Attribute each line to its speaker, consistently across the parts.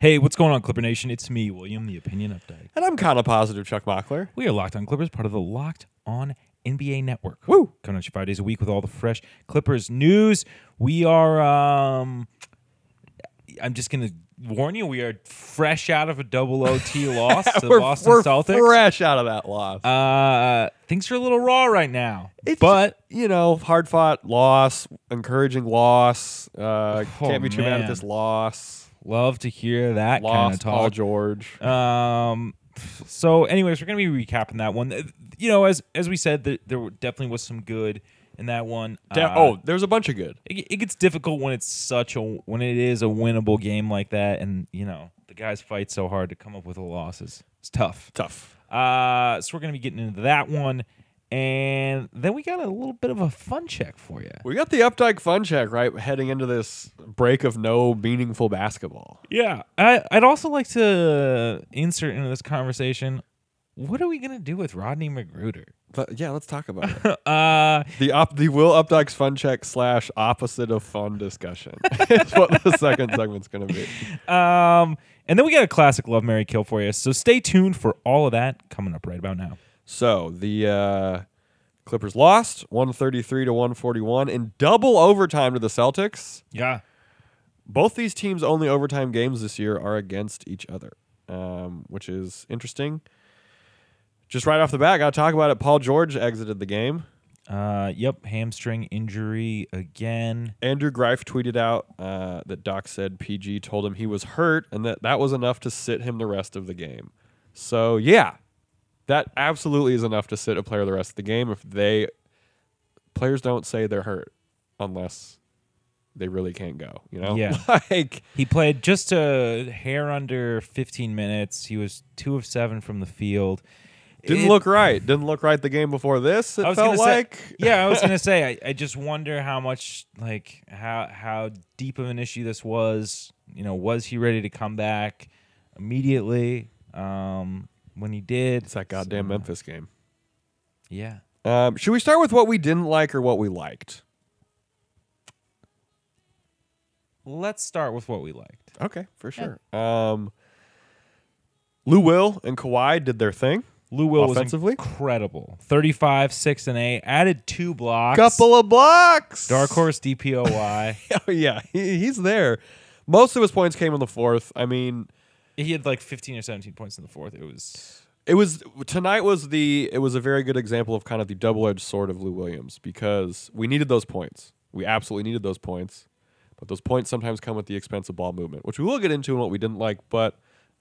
Speaker 1: Hey, what's going on, Clipper Nation? It's me, William, the Opinion Updike.
Speaker 2: And I'm kind of positive Chuck Mockler.
Speaker 1: We are Locked On Clippers, part of the Locked On NBA Network.
Speaker 2: Woo.
Speaker 1: Coming at you five days a week with all the fresh Clippers news. We are, um, I'm just going to warn you, we are fresh out of a double OT loss to
Speaker 2: we're
Speaker 1: Boston
Speaker 2: we're
Speaker 1: Celtics.
Speaker 2: fresh out of that loss.
Speaker 1: Uh, things are a little raw right now,
Speaker 2: It's-
Speaker 1: but
Speaker 2: you know, hard fought loss, encouraging loss. Uh,
Speaker 1: Oh,
Speaker 2: can't be too mad
Speaker 1: man.
Speaker 2: at this loss.
Speaker 1: love to hear that kind of
Speaker 2: Lost Paul
Speaker 1: talk.
Speaker 2: George.
Speaker 1: Um. So, anyways, we're gonna be recapping that one. Th- You know, as as we said, there, there were- definitely was some good in that one.
Speaker 2: Da-
Speaker 1: Uh,
Speaker 2: oh, there's a bunch of good.
Speaker 1: it, it gets difficult when it's such a when it is a winnable game like that, and you know the guys fight so hard to come up with the losses. It's tough.
Speaker 2: Tough.
Speaker 1: Uh, so we're gonna be getting into that one, and then we got a little bit of a fun check for you.
Speaker 2: We got the Updike fun check right heading into this break of no meaningful basketball.
Speaker 1: Yeah, I, I'd also like to insert into this conversation. What are we gonna do with Rodney Magruder?
Speaker 2: But yeah, let's talk about it.
Speaker 1: Uh,
Speaker 2: The op- the Will Updike's fun check slash opposite of fun discussion is what the second segment's going to be.
Speaker 1: Um, and then we got a classic Love Mary Kill for you. So stay tuned for all of that coming up right about now.
Speaker 2: So the uh, Clippers lost 133 to 141 in double overtime to the Celtics.
Speaker 1: Yeah.
Speaker 2: Both these teams' only overtime games this year are against each other, um, which is interesting. Just right off the bat, got to talk about it. Paul George exited the game.
Speaker 1: Uh, yep. Hamstring injury again.
Speaker 2: Andrew Greif tweeted out uh, that Doc said PG told him he was hurt and that that was enough to sit him the rest of the game. So yeah, that absolutely is enough to sit a player the rest of the game if they players don't say they're hurt unless they really can't go. You know,
Speaker 1: Yeah.
Speaker 2: like
Speaker 1: He played just a hair under 15 minutes. He was two of seven from the field.
Speaker 2: didn't
Speaker 1: It-
Speaker 2: look right. Didn't look right the game before this. It
Speaker 1: I was
Speaker 2: felt
Speaker 1: gonna
Speaker 2: like
Speaker 1: say, yeah, I was gonna say. I, I just wonder how much, like, how how deep of an issue this was. You know, was he ready to come back immediately? Um, when he did,
Speaker 2: it's that goddamn Memphis game.
Speaker 1: yeah.
Speaker 2: Um, should we start with what we didn't like or what we liked?
Speaker 1: Let's start with what we liked.
Speaker 2: Okay, for sure. Um, Lou Will and Kawhi did their thing.
Speaker 1: Lou Will
Speaker 2: Offensively?
Speaker 1: was incredible. 35, 6, and 8. Added two blocks.
Speaker 2: Couple of blocks.
Speaker 1: Dark Horse DPOY.
Speaker 2: Oh, yeah, he, he's there. Most of his points came in the fourth. I mean,
Speaker 1: he had like 15 or 17 points in the fourth. It was.
Speaker 2: it was tonight was the it was a very good example of kind of the double edged sword of Lou Williams because we needed those points. We absolutely needed those points, but those points sometimes come at the expense of ball movement, which we will get into and what we didn't like. But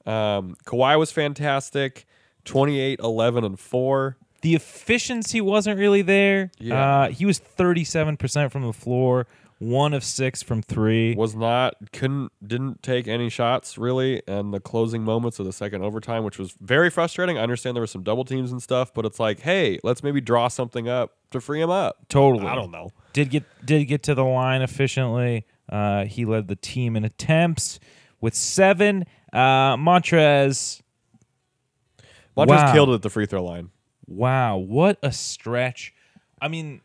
Speaker 2: um, Kawhi was fantastic. 28, 11, and 4.
Speaker 1: The efficiency wasn't really there.
Speaker 2: Yeah.
Speaker 1: Uh, he was 37% from the floor, one of six from three.
Speaker 2: was not couldn't didn't take any shots really and the closing moments of the second overtime which was very frustrating i understand there were some double teams and stuff but it's like hey let's maybe draw something up to free him up
Speaker 1: Totally.
Speaker 2: i don't know
Speaker 1: Did get did get to the line efficiently. Uh, he led the team in attempts with seven. Uh, Montrez.
Speaker 2: montrez
Speaker 1: Wow.
Speaker 2: killed it at the free throw line
Speaker 1: Wow, what a stretch. I mean,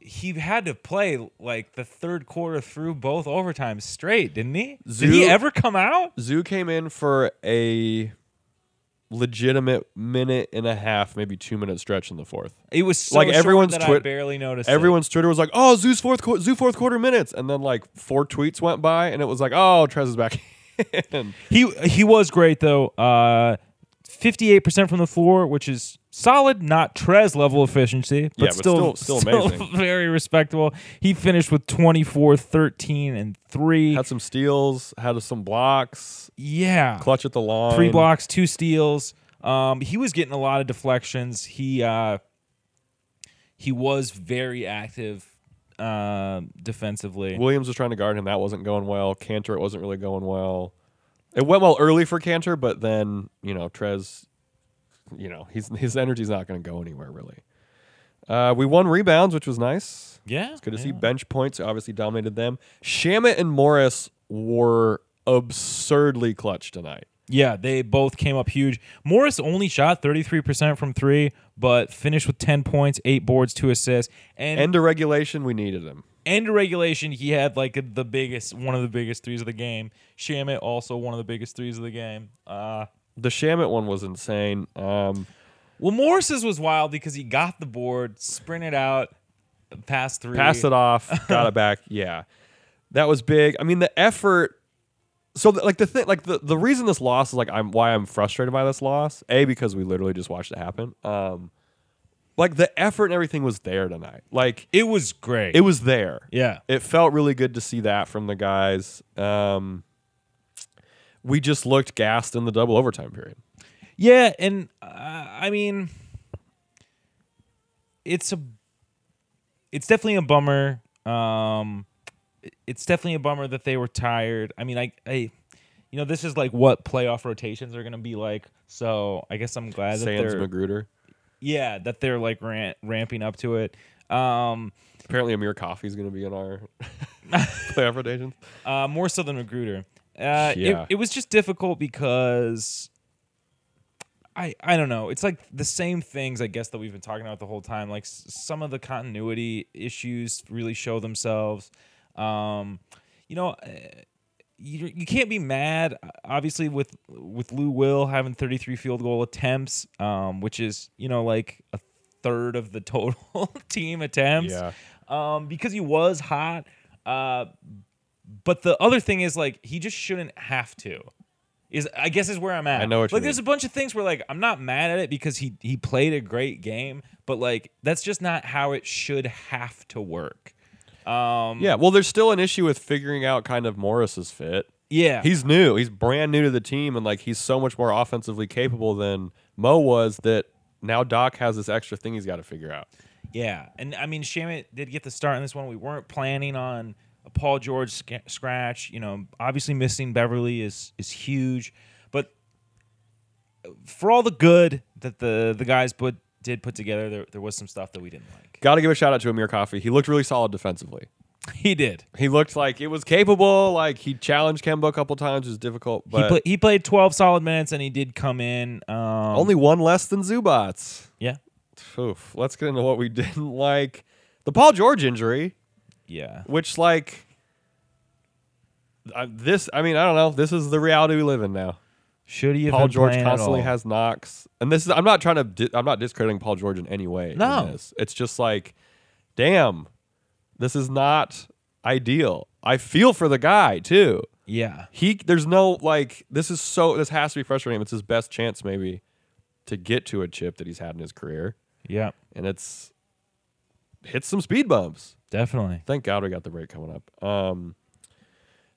Speaker 1: he had to play like the third quarter through both overtimes straight, didn't he? Did he
Speaker 2: Zoo-
Speaker 1: ever come out?
Speaker 2: zoo came in for a legitimate minute and a half maybe two minute stretch in the fourth
Speaker 1: It was so
Speaker 2: Like,
Speaker 1: short
Speaker 2: everyone's
Speaker 1: that I
Speaker 2: twit-
Speaker 1: barely noticed. it.
Speaker 2: Everyone's Twitter was like, "Oh, Zoo's fourth qu- Zoo fourth quarter minutes," and then like four tweets went by, and it was like, "Oh, Trez is back." in.
Speaker 1: he he was great though. Uh, fifty-eight percent from the floor, which is solid, not Trez level efficiency, but,
Speaker 2: Yeah, but
Speaker 1: still,
Speaker 2: still- still amazing.
Speaker 1: very respectable. He finished with 24, 13, and three.
Speaker 2: had some steals, had some blocks,
Speaker 1: yeah,
Speaker 2: clutch at the line.
Speaker 1: three blocks, two steals. Um, he was getting a lot of deflections. He uh, he was very active um defensively.
Speaker 2: Williams was trying to guard him. That wasn't going well. Cantor, it wasn't really going well. It went well early for Cantor, but then you know Trez, you know he's his energy's not going to go anywhere really. Uh, we won rebounds, which was nice.
Speaker 1: Yeah,
Speaker 2: It's good to
Speaker 1: yeah.
Speaker 2: see bench points obviously dominated them. Shamit and Morris were absurdly clutch tonight.
Speaker 1: Yeah, they both came up huge. Morris only shot 33% from three, but finished with 10 points, eight boards, two assists. And
Speaker 2: End of regulation, we needed him.
Speaker 1: end of regulation, he had like the biggest, one of the biggest threes of the game. Shamit also one of the biggest threes of the game. Uh,
Speaker 2: The Shamit one was insane. Um,
Speaker 1: well, Morris's was wild because he got the board, sprinted out, passed three.
Speaker 2: passed it off, got it back. Yeah, that was big. I mean, the effort. So th- like the thing, like the, the reason this loss is like I'm why I'm frustrated by this loss. A because we literally just watched it happen. Um, like the effort and everything was there tonight. Like
Speaker 1: It was great.
Speaker 2: it was there.
Speaker 1: yeah.
Speaker 2: It felt really good to see that from the guys. Um, we just looked gassed in the double overtime period.
Speaker 1: Yeah, and uh, I mean, it's a, it's definitely a bummer. Um, it- it's definitely a bummer that they were tired. I mean, I, I, you know, this is like what playoff rotations are gonna be like. So I guess I'm glad that
Speaker 2: Sands
Speaker 1: they're,
Speaker 2: Magruder.
Speaker 1: yeah, that they're like ran- ramping up to it. Um,
Speaker 2: Apparently, Amir Coffee is going to be in our playoff rotations.
Speaker 1: uh, more so than Magruder. Uh,
Speaker 2: Yeah.
Speaker 1: it, it was just difficult because I I don't know. It's like the same things I guess that we've been talking about the whole time. Like s- some of the continuity issues really show themselves. Um, you know, eh, you you can't be mad obviously with with Lou Will having 33 field goal attempts, um, which is you know like a third of the total team attempts.
Speaker 2: Yeah.
Speaker 1: Um, because he was hot. Uh, but the other thing is like he just shouldn't have to. Is I guess is where I'm at.
Speaker 2: I know what you
Speaker 1: like there's
Speaker 2: mean.
Speaker 1: a bunch of things where like I'm not mad at it because he he played a great game, but like that's just not how it should have to work. Um,
Speaker 2: Yeah, well, there's still an issue with figuring out kind of Morris's fit.
Speaker 1: yeah,
Speaker 2: He's new. He's brand new to the team, and like he's so much more offensively capable than Mo was. That now Doc has this extra thing he's got to figure out.
Speaker 1: Yeah, and I mean Shamit did get the start in this one. We weren't planning on a Paul George sc- scratch. You know, obviously missing Beverly is is huge, but for all the good that the the guys put did put together, there there was some stuff that we didn't like.
Speaker 2: Got to give a shout out to Amir Coffee. He looked really solid defensively.
Speaker 1: He did.
Speaker 2: He looked like it was capable. Like he challenged Kemba a couple times, which was difficult,
Speaker 1: he
Speaker 2: but
Speaker 1: pla- he played twelve solid minutes, and he did come in. Um,
Speaker 2: only one less than Zubats.
Speaker 1: yeah,
Speaker 2: Oof. Let's get into what we didn't like. The Paul George injury.
Speaker 1: yeah.
Speaker 2: which like I this i mean i don't know this is the reality we live in now
Speaker 1: Should he have
Speaker 2: paul
Speaker 1: been
Speaker 2: george
Speaker 1: playing at
Speaker 2: constantly
Speaker 1: all?
Speaker 2: has knocks and this is i'm not trying to di- i'm not discrediting paul george in any way in
Speaker 1: No.
Speaker 2: this. it's just like damn this is not ideal i feel for the guy too
Speaker 1: yeah.
Speaker 2: he there's no like this is so this has to be frustrating him. it's his best chance maybe to get to a chip that he's had in his career
Speaker 1: Yeah,
Speaker 2: and it's hit some speed bumps
Speaker 1: definitely.
Speaker 2: Thank God we got the break coming up. Um,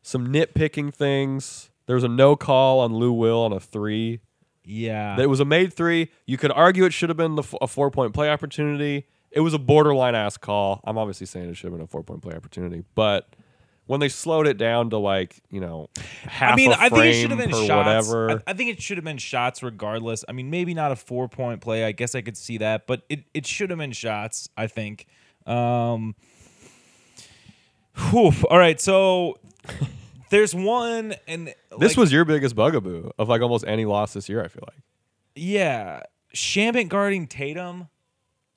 Speaker 2: some nitpicking things. There was a no call on Lou Will on a three.
Speaker 1: Yeah.
Speaker 2: It was a made three. You could argue it should have been the f- a four point play opportunity. It was a borderline ass call. I'm obviously saying it should have been a four point play opportunity, but when they slowed it down to like you know half
Speaker 1: I mean,
Speaker 2: a
Speaker 1: I think it should have
Speaker 2: frame
Speaker 1: been
Speaker 2: per
Speaker 1: shots.
Speaker 2: whatever.
Speaker 1: I, I think it should have been shots regardless. I mean, maybe not a four point play. I guess I could see that, but it, it should have been shots, I think. Um, whew. All right, so there's one, and
Speaker 2: this
Speaker 1: like,
Speaker 2: was your biggest bugaboo of like almost any loss this year. I feel like
Speaker 1: yeah, Shambit guarding Tatum.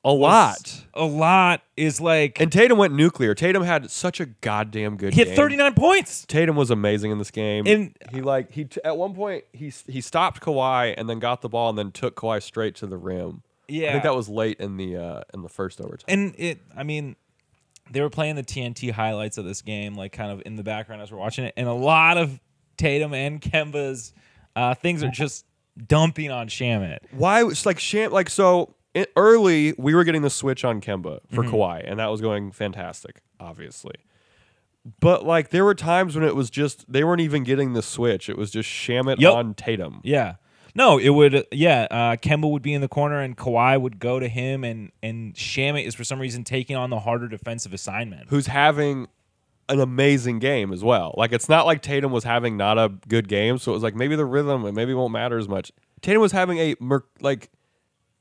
Speaker 2: a lot.
Speaker 1: A lot is like
Speaker 2: And Tatum went nuclear. Tatum had such a goddamn good
Speaker 1: he had
Speaker 2: game.
Speaker 1: 39 points.
Speaker 2: Tatum was amazing in this game.
Speaker 1: And-
Speaker 2: he like he t- at one point he s- he stopped Kawhi and then got the ball and then took Kawhi straight to the rim. I
Speaker 1: Yeah.
Speaker 2: think that was late in the uh in the first overtime.
Speaker 1: and it i mean they were playing the tnt highlights of this game like kind of in the background as we're watching it and a lot of tatum and kemba's uh, things are just dumping on shamit
Speaker 2: Why was like Sham like so i- early we were getting the switch on Kemba for Kawhi and that was going fantastic, obviously. But like there were times when it was just they weren't even getting the switch. It was just Shamit
Speaker 1: Yep.
Speaker 2: on Tatum.
Speaker 1: yeah no it would yeah uh, kemba would be in the corner and Kawhi would go to him and and shamit is for some reason taking on the harder defensive assignment
Speaker 2: who's having an amazing game as well. Like it's not like Tatum was having not a good game, so it was like maybe the rhythm and maybe it won't matter as much. Tatum was having a mer- like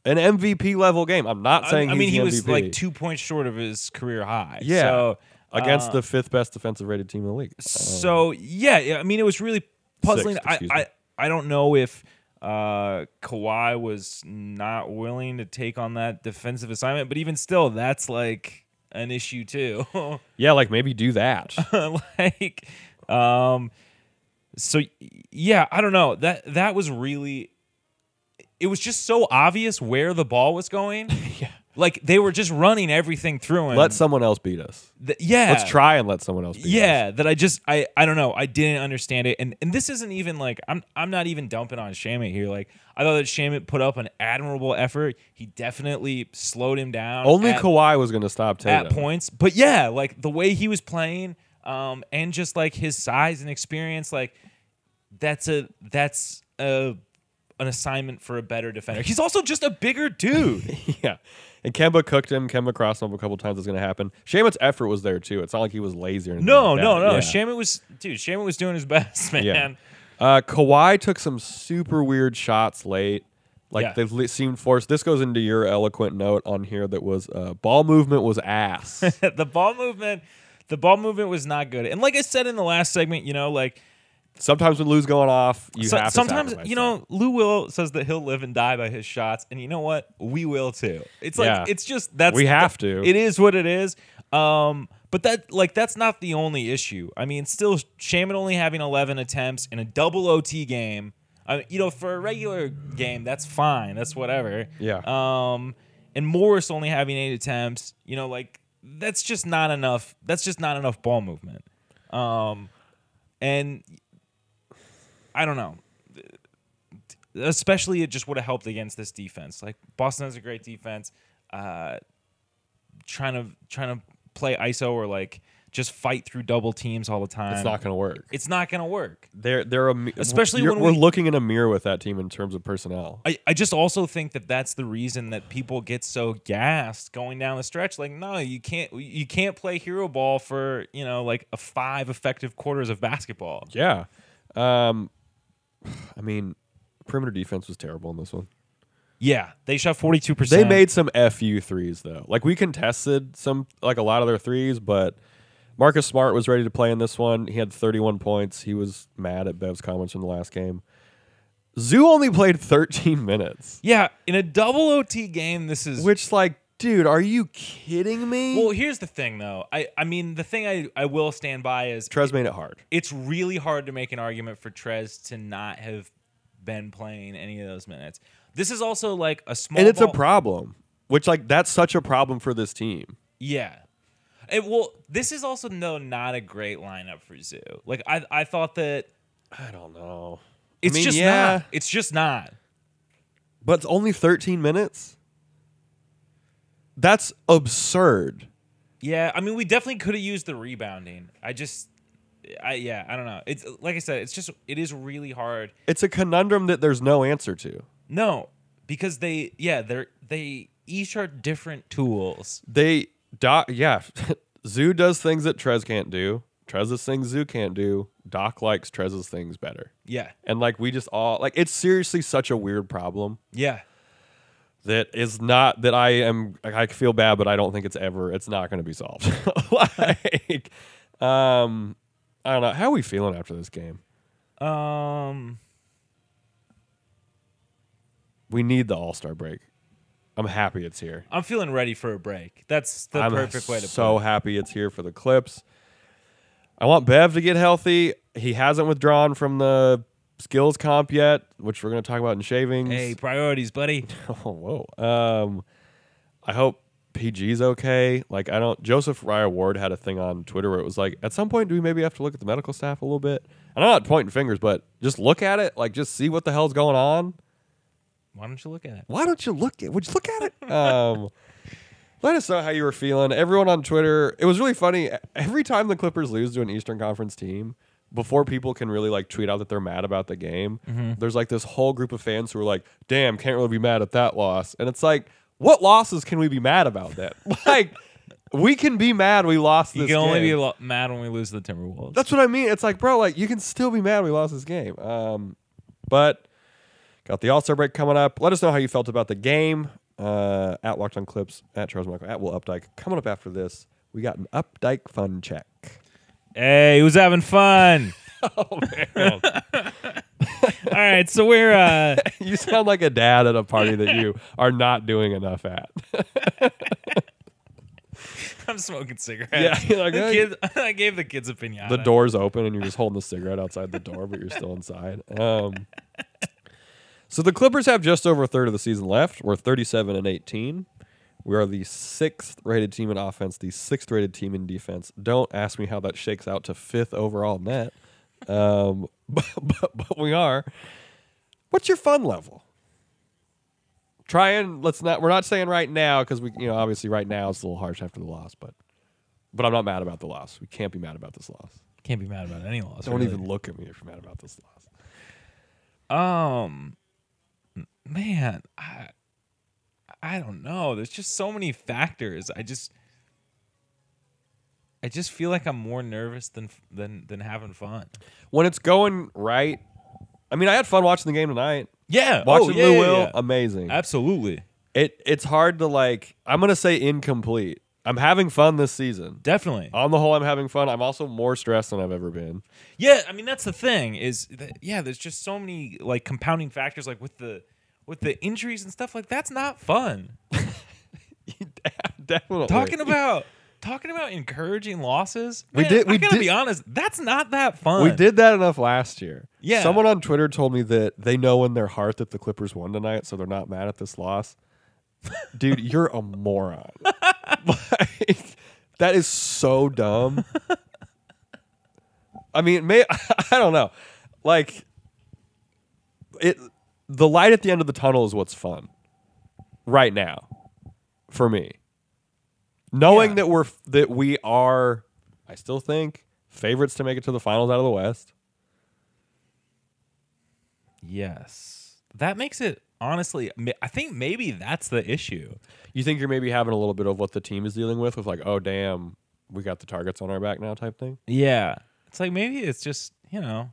Speaker 2: an MVP level game. I'm not
Speaker 1: I,
Speaker 2: saying
Speaker 1: I mean
Speaker 2: he's
Speaker 1: he
Speaker 2: the
Speaker 1: was
Speaker 2: MVP.
Speaker 1: like two points short of his career high
Speaker 2: yeah
Speaker 1: so, uh,
Speaker 2: against the fifth best defensive rated team in the league.
Speaker 1: so yeah, yeah, I mean, it was really puzzling.
Speaker 2: Um, Sixth,
Speaker 1: I,
Speaker 2: excuse me.
Speaker 1: I I don't know if uh, Kawhi was not willing to take on that defensive assignment, but even still, that's like an issue too.
Speaker 2: Yeah, like maybe do that.
Speaker 1: like, um, so y- yeah, I don't know. That that was really. It was just so obvious where the ball was going. yeah. Like they were just running everything through him.
Speaker 2: let someone else beat us.
Speaker 1: Th- yeah.
Speaker 2: Let's try and let someone else beat us.
Speaker 1: Yeah, that I just I I don't know. I didn't understand it, and and this isn't even like I'm I'm not even dumping on Shamit here. Like I thought that Shamit put up an admirable effort. He definitely slowed him down.
Speaker 2: Only
Speaker 1: at,
Speaker 2: Kawhi was going to stop
Speaker 1: at
Speaker 2: Tatum.
Speaker 1: points, but yeah, like the way he was playing, um, and just like his size and experience, like that's a that's a an assignment for a better defender. He's also just a bigger dude.
Speaker 2: yeah. And Kemba cooked him. Kemba crossed him up a couple times. It's going to happen. Shamit's effort was there too. It's not like he was lazy or anything.
Speaker 1: No,
Speaker 2: like that.
Speaker 1: no, no.
Speaker 2: Yeah.
Speaker 1: Shamit was dude. Shamit was doing his best, man.
Speaker 2: Yeah. Uh, Kawhi took some super weird shots late. Like
Speaker 1: Yeah.
Speaker 2: they li- seemed forced. This goes into your eloquent note on here that was uh, ball movement was ass.
Speaker 1: the ball movement the ball movement was not good and like i said in the last segment you know like
Speaker 2: sometimes when Lou's going off, you
Speaker 1: so-
Speaker 2: have to
Speaker 1: sometimes
Speaker 2: sacrifice
Speaker 1: you know lou will says that he'll live and die by his shots and you know what we will too it's like
Speaker 2: Yeah.
Speaker 1: it's just that's
Speaker 2: We have to.
Speaker 1: it is what it is um but that like that's not the only issue i mean still shaman only having 11 attempts in a double ot game I mean, you know for a regular game that's fine that's whatever
Speaker 2: Yeah.
Speaker 1: um, and Morris only having eight attempts. You know, like that's just not enough. That's just not enough ball movement. Um, and I don't know. Especially, it just would have helped against this defense. Like Boston has a great defense. Uh, trying to trying to play ISO or like just fight through double teams all the time.
Speaker 2: that. It's not going to work.
Speaker 1: It's not gonna work.
Speaker 2: They're they're a, mi-
Speaker 1: Especially
Speaker 2: you're-
Speaker 1: when
Speaker 2: we're
Speaker 1: we-
Speaker 2: looking in a mirror with that team in terms of personnel.
Speaker 1: I, I just also think that that's the reason that people get so gassed going down the stretch. Like, no, you can't you can't play hero ball for you know like a five effective quarters of basketball.
Speaker 2: Yeah. Um, I mean, perimeter defense was terrible in this one.
Speaker 1: Yeah, they shot forty two percent.
Speaker 2: They made some fu threes though. Like we contested some, like a lot of their threes, but Marcus Smart was ready to play in this one. He had 31 points. He was mad at Bev's comments from the last game. Zoo only played 13 minutes,
Speaker 1: yeah in a double OT game. This is
Speaker 2: which, like, dude, are you kidding me?
Speaker 1: well. Here's the thing though. I I mean the thing I I will stand by is
Speaker 2: Trez made it hard.
Speaker 1: it's really hard to make an argument for Trez to not have been playing any of those minutes. This is also like a small
Speaker 2: and it's a
Speaker 1: ball-
Speaker 2: problem which like that's such a problem for this team
Speaker 1: Yeah. It, well, this is also no not a great lineup for Zoo. Like I I thought that
Speaker 2: i don't know
Speaker 1: it's
Speaker 2: I mean,
Speaker 1: just
Speaker 2: yeah,
Speaker 1: not. It's just not.
Speaker 2: but it's only 13 minutes that's absurd
Speaker 1: Yeah, I mean we definitely could have used the rebounding. I just I yeah, I don't know. It's like I said, it's just it is really hard.
Speaker 2: it's a conundrum that there's no answer to
Speaker 1: No, because they yeah, they're they each are different tools.
Speaker 2: they doc yeah zoo does things that trez can't do trez does things zoo can't do doc likes trez's things better
Speaker 1: Yeah.
Speaker 2: and like we just all like it's seriously such a weird problem
Speaker 1: Yeah.
Speaker 2: that is not that I am I feel bad, but I don't think it's ever it's not going to be solved. like, um, I don't know how are we feeling after this game.
Speaker 1: Um
Speaker 2: We need the All Star break. I'm happy it's here.
Speaker 1: I'm feeling ready for a break. That's the
Speaker 2: I'm
Speaker 1: perfect way to
Speaker 2: so
Speaker 1: put it.
Speaker 2: happy it's here for the Clips. I want Bev to get healthy. He hasn't withdrawn from the skills comp yet, which we're going to talk about in shavings.
Speaker 1: Hey, priorities, buddy.
Speaker 2: Oh, whoa. Um, I hope PG's okay. Like, I don't. Joseph Ryer Ward had a thing on Twitter where it was like, at some point, do we maybe have to look at the medical staff a little bit? And I'm not pointing fingers, but just look at it. Like, just see what the hell's going on.
Speaker 1: Why don't you look at it?
Speaker 2: Why don't you look at? Would you look at it? Um, let us know how you were feeling. Everyone on Twitter, it was really funny. Every time the Clippers lose to an Eastern Conference team, before people can really like tweet out that they're mad about the game, there's like this whole group of fans who are like, "Damn, can't really be mad at that loss." And it's like, what losses can we be mad about? That like, we can be mad we lost.
Speaker 1: You
Speaker 2: this
Speaker 1: can only
Speaker 2: game.
Speaker 1: be lo- mad when we lose to the Timberwolves.
Speaker 2: That's what I mean. It's like, bro, like you can still be mad we lost this game. Um, but got the All Star break coming up. Let us know how you felt about the game. Uh, at Locked On Clips, at Charles Michael, at Will Updike. Coming up after this, we got an Updike fun check.
Speaker 1: hey, who's having fun?
Speaker 2: Oh man,
Speaker 1: All right, so we're uh,
Speaker 2: you sound like a dad at a party that you are not doing enough at.
Speaker 1: I'm smoking cigarettes.
Speaker 2: Yeah, you're like,
Speaker 1: The
Speaker 2: "Hey."
Speaker 1: kid- I gave the kids a pinata.
Speaker 2: the door's open and you're just holding the cigarette outside the door, but you're still inside. Um, so the Clippers have just over a third of the season left. We're 37 and 18. We are the sixth rated team in offense, the sixth rated team in defense. Don't ask me how that shakes out to fifth overall net, um, but, but, but we are. What's your fun level? Try and let's not. We're not saying right now because we, you know, obviously right now it's a little harsh after the loss, but but I'm not mad about the loss. We can't be mad about this loss.
Speaker 1: Can't be mad about any loss.
Speaker 2: Don't
Speaker 1: really.
Speaker 2: even look at me if you're mad about this loss.
Speaker 1: Um, man, I, I don't know. There's just so many factors. I just, I just feel like I'm more nervous than than than having fun.
Speaker 2: When it's going right, I mean, I had fun watching the game tonight.
Speaker 1: Yeah, oh,
Speaker 2: Watching
Speaker 1: yeah,
Speaker 2: Lou
Speaker 1: yeah,
Speaker 2: Will,
Speaker 1: yeah.
Speaker 2: amazing.
Speaker 1: absolutely,
Speaker 2: It it's hard to like. I'm gonna say incomplete. I'm having fun this season.
Speaker 1: definitely.
Speaker 2: On the whole, I'm having fun. I'm also more stressed than I've ever been.
Speaker 1: Yeah, I mean that's the thing is that, yeah, there's just so many like compounding factors like with the with the injuries and stuff like that's not fun.
Speaker 2: Definitely
Speaker 1: Talking about talking about encouraging losses.
Speaker 2: We
Speaker 1: man,
Speaker 2: did- we
Speaker 1: I gotta
Speaker 2: did-
Speaker 1: be honest. That's not that fun.
Speaker 2: We did that enough last year.
Speaker 1: Yeah.
Speaker 2: Someone on Twitter told me that they know in their heart that the Clippers won tonight, so they're not mad at this loss. Dude, you're a moron. like, that is so dumb. I mean, may I don't know. Like it the light at the end of the tunnel is what's fun right now for me. Knowing
Speaker 1: Yeah.
Speaker 2: that we're that we are I still think favorites to make it to the finals out of the West.
Speaker 1: Yes. That makes it honestly ma- I think maybe that's the issue.
Speaker 2: You think you're maybe having a little bit of what the team is dealing with, with like, oh damn, we got the targets on our back now type thing.
Speaker 1: Yeah. It's like maybe it's just, you know,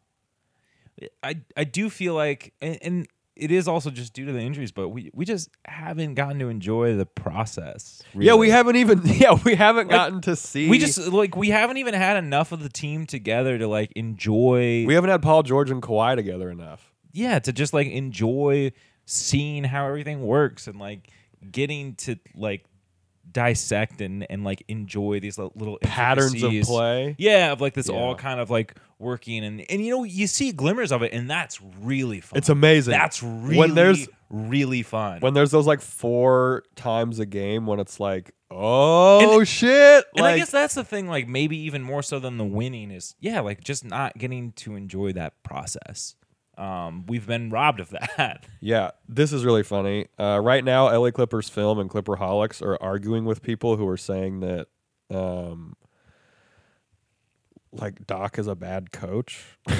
Speaker 1: I I do feel like and, and it is also just due to the injuries, but we we just haven't gotten to enjoy the process.
Speaker 2: Yeah,
Speaker 1: really.
Speaker 2: we haven't even yeah we haven't gotten to see
Speaker 1: we just like we haven't even had enough of the team together to like enjoy
Speaker 2: we haven't had Paul George and Kawhi together enough.
Speaker 1: yeah, to just like enjoy seeing how everything works and like getting to like dissect and and like enjoy these li- little
Speaker 2: Patterns of
Speaker 1: intricacies.
Speaker 2: play.
Speaker 1: Yeah, of like this
Speaker 2: Yeah.
Speaker 1: all kind of like working and and you know you see glimmers of it and that's really fun.
Speaker 2: It's amazing.
Speaker 1: That's really
Speaker 2: when there's
Speaker 1: really fun.
Speaker 2: when there's those like four times a game when it's like oh shit
Speaker 1: and
Speaker 2: like
Speaker 1: I guess that's the thing, like maybe even more so than the winning is, yeah, like just not getting to enjoy that process. Um, we've been robbed of that.
Speaker 2: yeah this is really funny. Uh, right now, LA Clippers film and Clipperholics are arguing with people who are saying that um, like Doc is a bad coach, which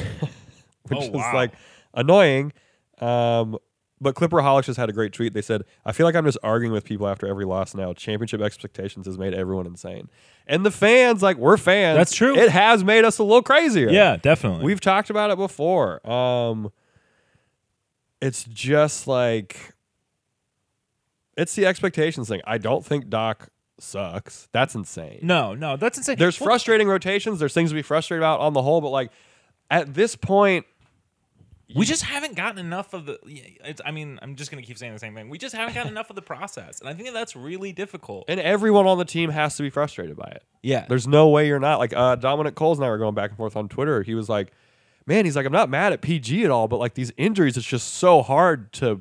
Speaker 1: Oh,
Speaker 2: is
Speaker 1: wow.
Speaker 2: like annoying. Um, but Clipperholics just had a great tweet. They said, "I feel like I'm just arguing with people after every loss now. Championship expectations has made everyone insane, and the fans, like we're fans,
Speaker 1: That's true.
Speaker 2: It has made us a little crazier.
Speaker 1: definitely.
Speaker 2: We've talked about it before. Um, it's just like it's the expectations thing. I don't think Doc sucks. That's insane.
Speaker 1: no, no, that's insane.
Speaker 2: There's
Speaker 1: Well,
Speaker 2: frustrating rotations. There's things to be frustrated about on the whole, but like at this point,
Speaker 1: We just haven't gotten enough of the. It's, I mean, I'm just gonna keep saying the same thing. We just haven't gotten enough of the process, and I think that's really difficult.
Speaker 2: and everyone on the team has to be frustrated by it.
Speaker 1: Yeah,
Speaker 2: There's no way you're not. Like uh, Dominic Coles and I were going back and forth on Twitter. He was like, "Man, he's like, I'm not mad at PG at all, but like these injuries, it's just so hard to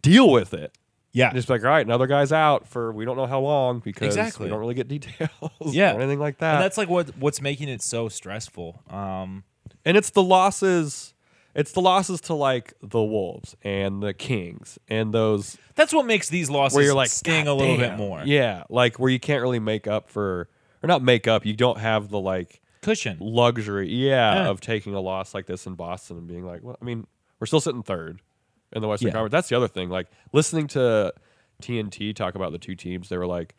Speaker 2: deal with it."
Speaker 1: yeah,
Speaker 2: And just be like, all right, another guy's out for we don't know how long because
Speaker 1: Exactly.
Speaker 2: we don't really get details
Speaker 1: Yeah.
Speaker 2: or anything like that.
Speaker 1: and
Speaker 2: And,
Speaker 1: that's like what what's making it so stressful. Um,
Speaker 2: it's the losses. It's the losses to like the Wolves and the Kings and those
Speaker 1: that's what makes these losses
Speaker 2: where you're like
Speaker 1: sting
Speaker 2: "God
Speaker 1: a little
Speaker 2: damn."
Speaker 1: bit more.
Speaker 2: Yeah, like where you can't really make up for or not make up. You don't have the like
Speaker 1: cushion.
Speaker 2: luxury, yeah,
Speaker 1: Yeah.
Speaker 2: of taking a loss like this in Boston and being like, well, I mean, we're still sitting third in the Western
Speaker 1: Yeah.
Speaker 2: Conference. That's the other thing. Like listening to TNT talk about the two teams, they were like,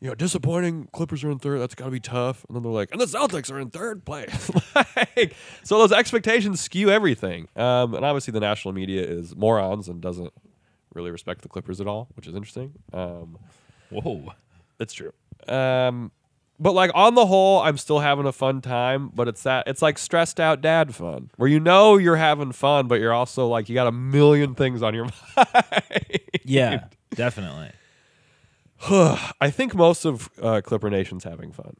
Speaker 2: you know, disappointing. Clippers are in third. That's got to be tough. And then they're like, and the Celtics are in third place. like, so those expectations skew everything. Um, and obviously, the national media is morons and doesn't really respect the Clippers at all, which is interesting. Um,
Speaker 1: Whoa,
Speaker 2: that's true. Um, But like on the whole, I'm still having a fun time. But it's that it's like stressed out dad fun, where you know you're having fun, but you're also like you got a million things on your mind.
Speaker 1: Yeah, definitely.
Speaker 2: I think most of uh, Clipper Nation's having fun.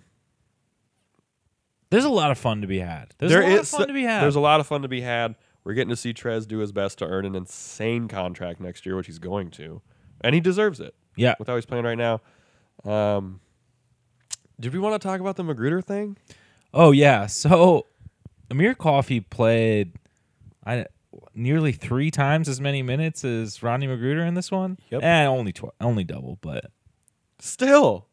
Speaker 1: There's a lot of fun to be had. There's
Speaker 2: There
Speaker 1: a lot of
Speaker 2: is-
Speaker 1: fun to be had.
Speaker 2: There's a lot of fun to be had. We're getting to see Trez do his best to earn an insane contract next year, which he's going to, and he deserves it
Speaker 1: yeah.
Speaker 2: with how he's playing right now. Um, did we want to talk about the Magruder thing?
Speaker 1: Oh yeah. So Amir Coffee played I nearly three times as many minutes as Ronnie Magruder in this one.
Speaker 2: Yep.
Speaker 1: And only tw- only double, but
Speaker 2: Still,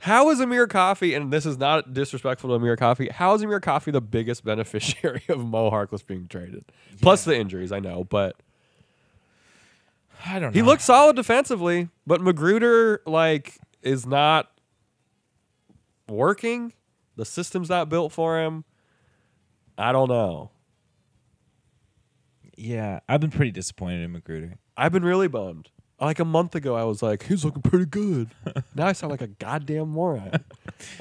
Speaker 2: how is Amir Coffee? And this is not disrespectful to Amir Coffee. How is Amir Coffee the biggest beneficiary of Mo Harkless being traded? Plus the injuries, I know, but
Speaker 1: I don't know.
Speaker 2: He looked solid defensively, but Magruder like is not working. The system's not built for him. I don't know.
Speaker 1: Yeah, I've been pretty disappointed in Magruder.
Speaker 2: I've been really bummed. Like a month ago, I was like, "He's looking pretty good." now I sound like a goddamn moron.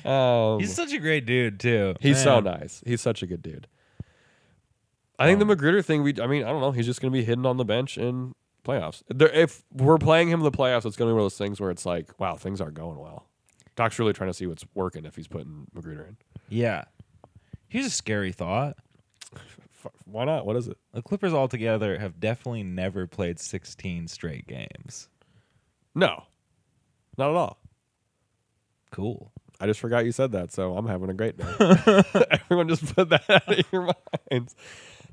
Speaker 2: Um,
Speaker 1: He's such a great dude too.
Speaker 2: He's so
Speaker 1: Man.
Speaker 2: nice. He's such a good dude. I think the Magruder thing. We, I mean, I don't know. He's just going to be hidden on the bench in playoffs. There, if we're playing him in the playoffs, it's going to be one of those things where it's like, wow, things aren't going well. Doc's really trying to see what's working if he's putting Magruder in.
Speaker 1: Yeah. Here's a scary thought.
Speaker 2: F- why not? What is it?
Speaker 1: The Clippers altogether have definitely never played 16 straight games.
Speaker 2: No, not at all.
Speaker 1: Cool.
Speaker 2: I just forgot you said that, so I'm having a great day. Everyone just put that out of your minds.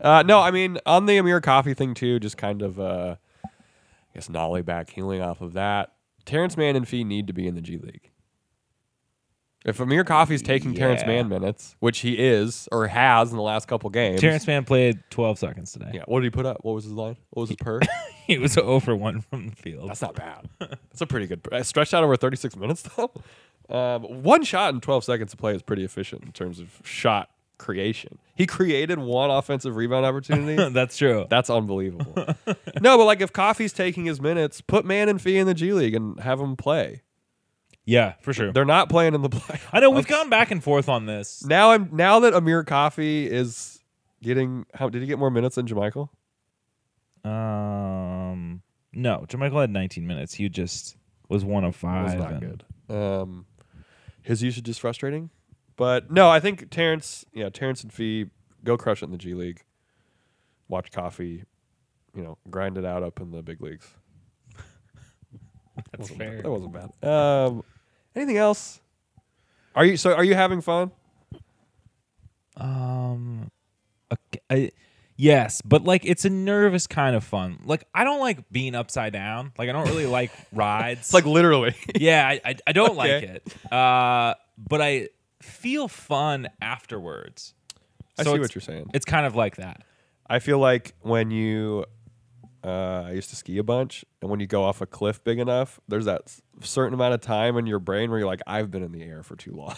Speaker 2: Uh, no, I mean on the Amir Coffee thing too, just kind of uh, I guess nollie back healing off of that. Terrence Mann and Fee need to be in the G League. If Amir Coffee's taking Terrence
Speaker 1: Yeah.
Speaker 2: Mann minutes, which he is or has in the last couple games,
Speaker 1: Terrence Mann played 12 seconds today.
Speaker 2: yeah, what did he put up? What was his line? What was his per?
Speaker 1: He was over 1 from the field.
Speaker 2: That's not bad. That's a pretty good. I stretched out over 36 minutes though. Um, one shot in 12 seconds of play is pretty efficient in terms of shot creation. He created one offensive rebound opportunity.
Speaker 1: That's true.
Speaker 2: That's unbelievable. no, but like if Coffee's taking his minutes, put Man and Fee in the G League and have them play.
Speaker 1: yeah, for sure.
Speaker 2: They're not playing in the play.
Speaker 1: I know we've gone back and forth on this.
Speaker 2: Now I'm now that Amir Coffee is getting how did he get more minutes than Jamichael?
Speaker 1: Um, no, Jermichael had 19 minutes. He just was one of five.
Speaker 2: was not
Speaker 1: and-
Speaker 2: good. Um, his usage is frustrating, but no, I think Terrence, yeah, Terrence and Fee go crush it in the G League. Watch Coffee, you know, grind it out up in the big leagues.
Speaker 1: That's
Speaker 2: Wasn't-
Speaker 1: fair.
Speaker 2: That wasn't bad. Um, anything else? Are you so? Are you having fun?
Speaker 1: Um, okay, I, yes, but like it's a nervous kind of fun. Like I don't like being upside down. Like I don't really like rides.
Speaker 2: It's like literally.
Speaker 1: yeah, I I, I don't like
Speaker 2: Okay.
Speaker 1: it. Uh, but I feel fun afterwards.
Speaker 2: I
Speaker 1: So
Speaker 2: see
Speaker 1: it's-
Speaker 2: what you're saying.
Speaker 1: It's kind of like that.
Speaker 2: I feel like when you, uh, I used to ski a bunch, and when you go off a cliff big enough, there's that s- certain amount of time in your brain where you're like, I've been in the air for too long.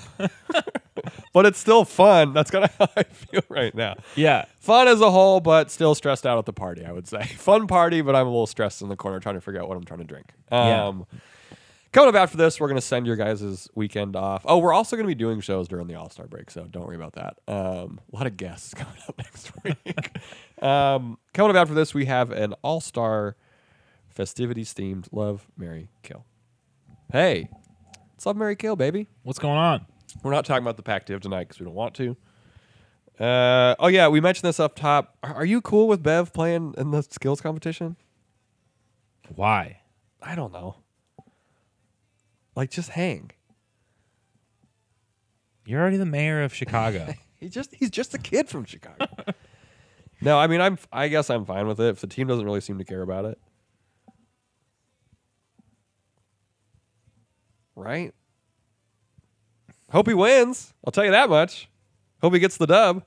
Speaker 2: but it's still fun. That's kind of how I feel right now.
Speaker 1: Yeah.
Speaker 2: Fun as a whole, but still stressed out at the party, I would say. Fun party, but I'm a little stressed in the corner trying to figure out what I'm trying to drink.
Speaker 1: Yeah.
Speaker 2: Um, Coming up after this, we're going to send your guys' weekend off. Oh, we're also going to be doing shows during the All Star break, so don't worry about that. Um, a lot of guests coming up next week. um, coming up after this, we have an All Star festivities themed Love, Mary, Kill. Hey, it's Love, Mary, Kill, baby.
Speaker 1: What's going on?
Speaker 2: We're not talking about the pack div tonight because we don't want to. Uh, oh, yeah, we mentioned this up top. Are, are you cool with Bev playing in the skills competition?
Speaker 1: Why?
Speaker 2: I don't know. Like, just hang.
Speaker 1: You're already the mayor of Chicago.
Speaker 2: He just he's just a kid from Chicago. no, I mean I'm I guess I'm fine with it if the team doesn't really seem to care about it. Right? Hope he wins. I'll tell you that much. Hope he gets the dub.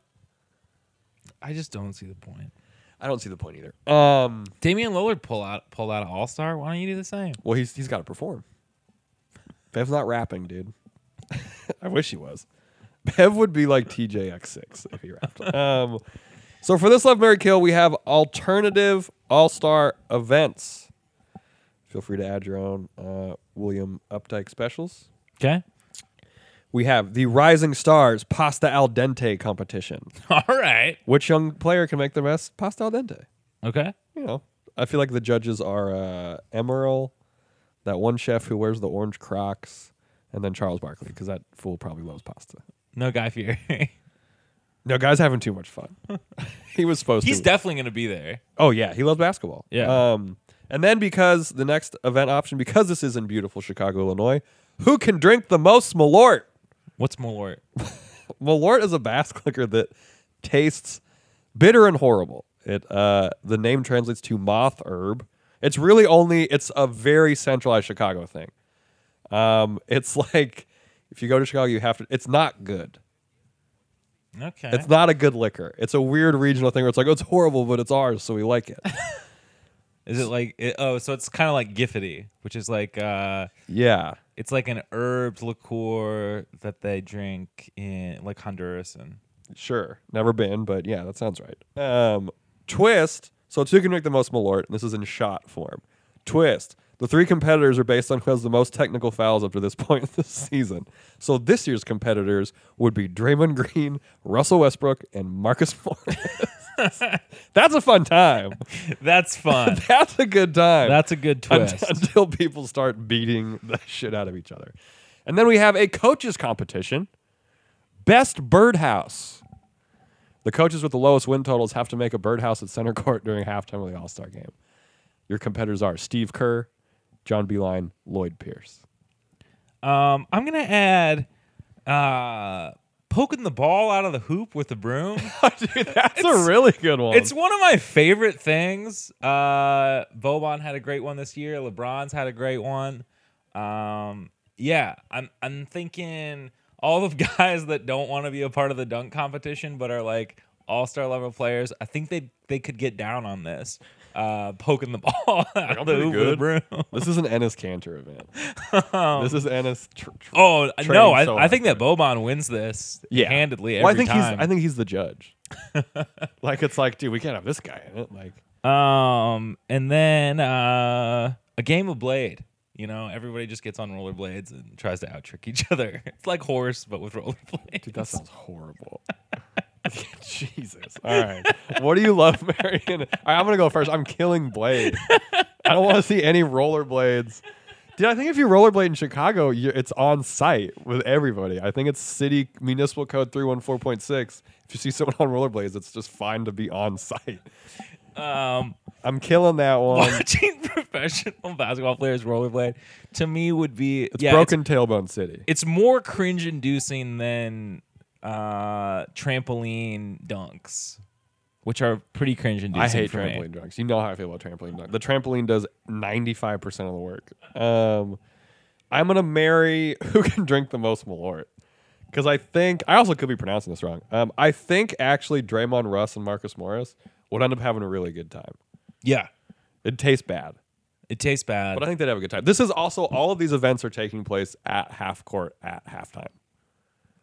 Speaker 1: I just don't see the point.
Speaker 2: I don't see the point either. Um
Speaker 1: Damian Lillard pull out pulled out an All Star. Why don't you do the same?
Speaker 2: well he's he's got to perform. Bev's not rapping, dude. I wish he was. Bev would be like TJX6 if he rapped. um, so for this Love Mary Kill, we have alternative All Star events. Feel free to add your own uh, William Updike specials.
Speaker 1: Okay.
Speaker 2: we have the Rising Stars Pasta Al Dente competition.
Speaker 1: All right.
Speaker 2: Which young player can make the best pasta al dente?
Speaker 1: Okay.
Speaker 2: You know, I feel like the judges are uh, Emeril, that one chef who wears the orange Crocs, and then Charles Barkley because that fool probably loves pasta.
Speaker 1: No Guy Fieri.
Speaker 2: No, guys having too much fun. he was supposed
Speaker 1: He's
Speaker 2: to.
Speaker 1: definitely gonna be there.
Speaker 2: Oh yeah, he loves basketball.
Speaker 1: Yeah.
Speaker 2: Um, and then because the next event option, because this is in beautiful Chicago, Illinois, who can drink the most Malort?
Speaker 1: What's Malort?
Speaker 2: Malort is a Basque liquor that tastes bitter and horrible. It uh, the name translates to moth herb. It's really only it's a very centralized Chicago thing. Um, it's like if you go to Chicago, you have to. It's not good.
Speaker 1: Okay.
Speaker 2: It's not a good liquor. It's a weird regional thing where it's like, oh, it's horrible, but it's ours, so we like it.
Speaker 1: Is it like it, oh, so it's kind of like Giffity, which is like uh,
Speaker 2: yeah.
Speaker 1: it's like an herb liqueur that they drink in like Honduras and
Speaker 2: Sure. Never been, but yeah, that sounds right. Um, twist. So two can drink the most Malort, and this is in shot form. Twist. The three competitors are based on who has the most technical fouls up to this point this season. So this year's competitors would be Draymond Green, Russell Westbrook, and Marcus Morris. That's a fun time.
Speaker 1: that's fun.
Speaker 2: That's a good time.
Speaker 1: that's a good
Speaker 2: Unt-
Speaker 1: twist.
Speaker 2: Until people start beating the shit out of each other. And then we have a coaches competition. Best birdhouse. The coaches with the lowest win totals have to make a birdhouse at center court during halftime of the All Star game. Your competitors are Steve Kerr, John Beeline, Lloyd Pierce.
Speaker 1: Um, I'm gonna add uh, poking the ball out of the hoop with the broom.
Speaker 2: That's a really good one.
Speaker 1: It's one of my favorite things. Uh, Boban had a great one this year. LeBron's had a great one. Um, yeah, I'm I'm thinking all of guys that don't want to be a part of the dunk competition but are like all star level players. I think they they could get down on this. Uh, poking the ball out
Speaker 2: I'm
Speaker 1: of the
Speaker 2: pretty
Speaker 1: hoop with a broom.
Speaker 2: this is an Ennis Cantor event. this is Ennis. Tr- tr-
Speaker 1: Oh
Speaker 2: Trained
Speaker 1: no! I,
Speaker 2: so
Speaker 1: I
Speaker 2: hard
Speaker 1: think that Boban wins this
Speaker 2: yeah.
Speaker 1: handedly every
Speaker 2: well, I think
Speaker 1: time.
Speaker 2: he's I think he's the judge. like it's like, dude, we can't have this guy in it. Like
Speaker 1: Um, and then uh, a game of blade. You know, everybody just gets on rollerblades and tries to out trick each other. It's like horse, but with rollerblades.
Speaker 2: Dude, that sounds horrible. Jesus. All right. What do you love, Marion? All right, I'm going to go first. I'm killing Blade. I don't want to see any rollerblades. Dude, I think if you rollerblade in Chicago, you it's on site with everybody. I think it's city municipal code 314.6. If you see someone on rollerblades, it's just fine to be on site.
Speaker 1: Um,
Speaker 2: I'm killing that one.
Speaker 1: watching professional basketball players rollerblade to me would be
Speaker 2: It's
Speaker 1: yeah,
Speaker 2: broken tailbone city.
Speaker 1: It's, it's more cringe-inducing than uh, trampoline dunks, which are pretty cringe-inducing.
Speaker 2: I hate
Speaker 1: for me.
Speaker 2: trampoline dunks. You know how I feel about trampoline dunks. The trampoline does 95% of the work. Um, I'm going to marry who can drink the most Malort. Because I think, I also could be pronouncing this wrong. Um, I think actually Draymond Russ and Marcus Morris would end up having a really good time.
Speaker 1: Yeah,
Speaker 2: It tastes bad,
Speaker 1: it tastes bad.
Speaker 2: but I think they'd have a good time. This is also, all of these events are taking place at half court at halftime.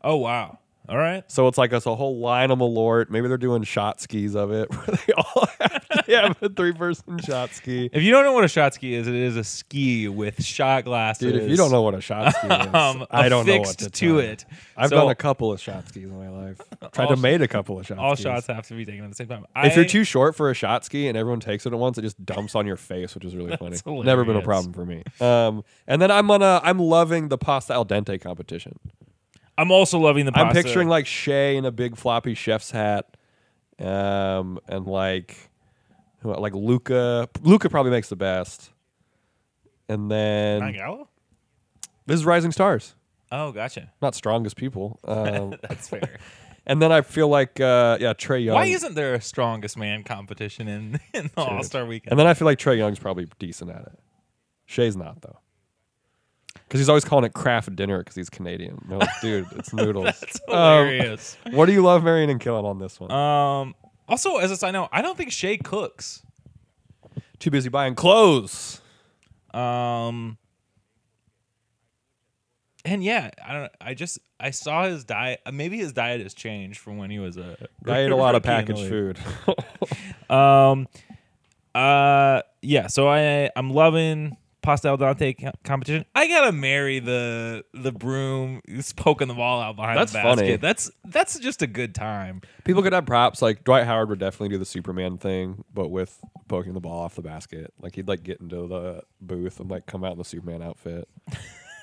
Speaker 1: oh wow! All right.
Speaker 2: So it's like it's a whole line of Malort. Maybe they're doing shot skis of it where they all have, to have a three person shot ski.
Speaker 1: If you don't know what a shot ski is, it is a ski with shot glasses.
Speaker 2: Dude, if you don't know what a shot ski is,
Speaker 1: Um,
Speaker 2: I don't know what
Speaker 1: affixed
Speaker 2: to,
Speaker 1: to
Speaker 2: tell you.
Speaker 1: it.
Speaker 2: I've
Speaker 1: So-
Speaker 2: done a couple of shot skis in my life. Tried
Speaker 1: All
Speaker 2: to
Speaker 1: sh-
Speaker 2: made a couple of shot
Speaker 1: all
Speaker 2: skis.
Speaker 1: shots have to be taken at the same time.
Speaker 2: If you're
Speaker 1: I-
Speaker 2: too short for a shot ski and everyone takes it at once, it just dumps on your face, which is really funny.
Speaker 1: That's
Speaker 2: Never been a
Speaker 1: hilarious.
Speaker 2: problem for me. Um, and then I'm gonna I'm loving the pasta al dente competition.
Speaker 1: I'm also loving the. Pasta.
Speaker 2: I'm picturing like Shay in a big floppy chef's hat, um, and like who- like Luca. Luca probably makes the best. And then
Speaker 1: Matt Gallo?
Speaker 2: this is Rising Stars,
Speaker 1: Oh, gotcha.
Speaker 2: not strongest people. Um,
Speaker 1: That's fair.
Speaker 2: And then I feel like, uh, yeah, Trey Young.
Speaker 1: Why isn't there a strongest man competition in in the All Star
Speaker 2: and
Speaker 1: Weekend?
Speaker 2: then I feel like Trey Young's probably decent at it. Shay's not though, because he's always calling it craft dinner because he's Canadian. No, dude, it's noodles.
Speaker 1: That's
Speaker 2: Um,
Speaker 1: hilarious.
Speaker 2: what do you love, Marion and Killen on this one?
Speaker 1: um. Also, as a side note, I don't think Shay cooks.
Speaker 2: Too busy buying clothes.
Speaker 1: Um. And yeah, I don't. I just I saw his diet. Maybe his diet has changed from when he was a.
Speaker 2: I ate a lot of
Speaker 1: rookie in the
Speaker 2: packaged
Speaker 1: league.
Speaker 2: food.
Speaker 1: Um, uh, yeah. So I I'm loving Pastel Dante co- competition. I gotta marry the the broom who's poking the ball out behind
Speaker 2: That's
Speaker 1: the basket.
Speaker 2: funny.
Speaker 1: That's that's just a good time.
Speaker 2: People could have props. Like Dwight Howard would definitely do the Superman thing, but with poking the ball off the basket. Like he'd like get into the booth and like come out in the Superman outfit,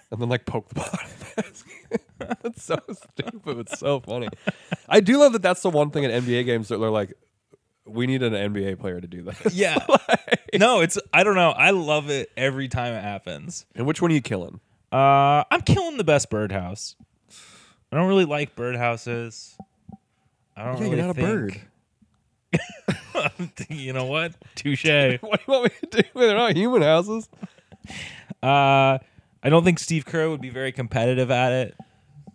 Speaker 2: and then like poke the ball out of the basket. that's so stupid. It's so funny. I do love that. That's the one thing in NBA games that they're like, we need an NBA player to do that.
Speaker 1: Yeah. no, it's I don't know. I love it every time it happens.
Speaker 2: and which one are you killing?
Speaker 1: Uh, I'm killing the best birdhouse. I don't really like birdhouses. I don't
Speaker 2: Yeah,
Speaker 1: really
Speaker 2: you're not
Speaker 1: think,
Speaker 2: a bird.
Speaker 1: you know what? Touche.
Speaker 2: What do you want me to do? They're not human houses.
Speaker 1: Uh, I don't think Steve Kerr would be very competitive at it.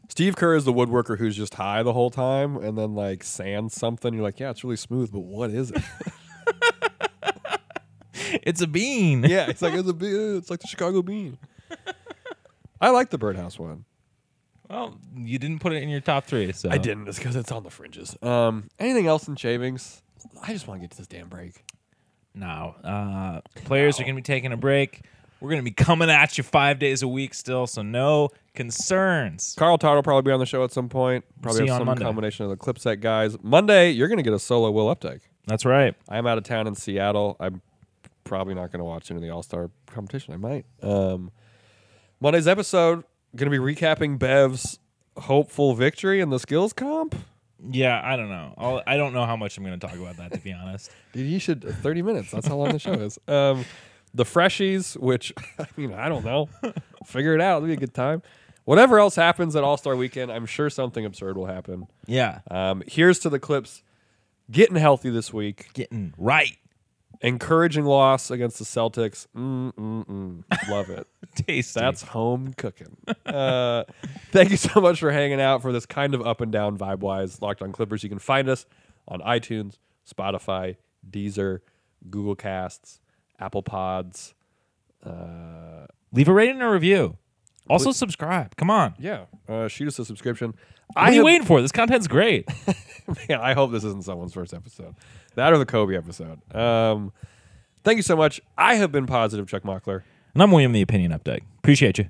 Speaker 2: Steve Kerr is the woodworker who's just high the whole time and then like sands something. You're like, yeah, it's really smooth, but what is it?
Speaker 1: It's a bean.
Speaker 2: yeah, it's like it's a bee- it's like the Chicago bean. I like the birdhouse one. Uh,
Speaker 1: Well, you didn't put it in your top three, so
Speaker 2: I didn't. It's because it's on the fringes. Um, anything else in shavings? I just want to get to this damn break.
Speaker 1: No, uh, players are going to be taking a break. We're going to be coming at you five days a week still, so no concerns.
Speaker 2: Carl Todd will probably be on the show at some point.
Speaker 1: See
Speaker 2: Probably
Speaker 1: you on
Speaker 2: have some
Speaker 1: Monday.
Speaker 2: combination of the clip set guys. Monday, you're gonna get a solo Will Updike.
Speaker 1: That's right.
Speaker 2: I'm out of town in Seattle. I'm probably not going to watch any of the All Star competition. I might. Um, Monday's episode going to be recapping Bev's hopeful victory in the skills comp.
Speaker 1: Yeah, I don't know. I'll, I don't know how much I'm going to talk about that to be honest.
Speaker 2: Dude, you should 30 minutes. That's how long the show is. Um, the freshies, which I mean, I don't know. Figure it out. It'll be a good time. Whatever else happens at All Star Weekend, I'm sure something absurd will happen.
Speaker 1: Yeah,
Speaker 2: Um, here's to the clips getting healthy this week.
Speaker 1: getting right.
Speaker 2: encouraging loss against the Celtics. Mm, mm, mm. Love it.
Speaker 1: Tasty.
Speaker 2: That's home cooking. Uh, thank you so much for hanging out for this kind of up and down vibe wise Locked on Clippers. You can find us on iTunes, Spotify, Deezer, Google Casts, Apple Pods. Uh,
Speaker 1: leave a rating or review. Also subscribe. Come on.
Speaker 2: yeah, uh, shoot us a subscription.
Speaker 1: What
Speaker 2: I
Speaker 1: are you
Speaker 2: have-
Speaker 1: waiting for? This content's great.
Speaker 2: Man, I hope this isn't someone's first episode. That or the Kobe episode. Um, thank you so much. I have been positive, Chuck Mockler.
Speaker 1: and I'm William, the opinion update. Appreciate you.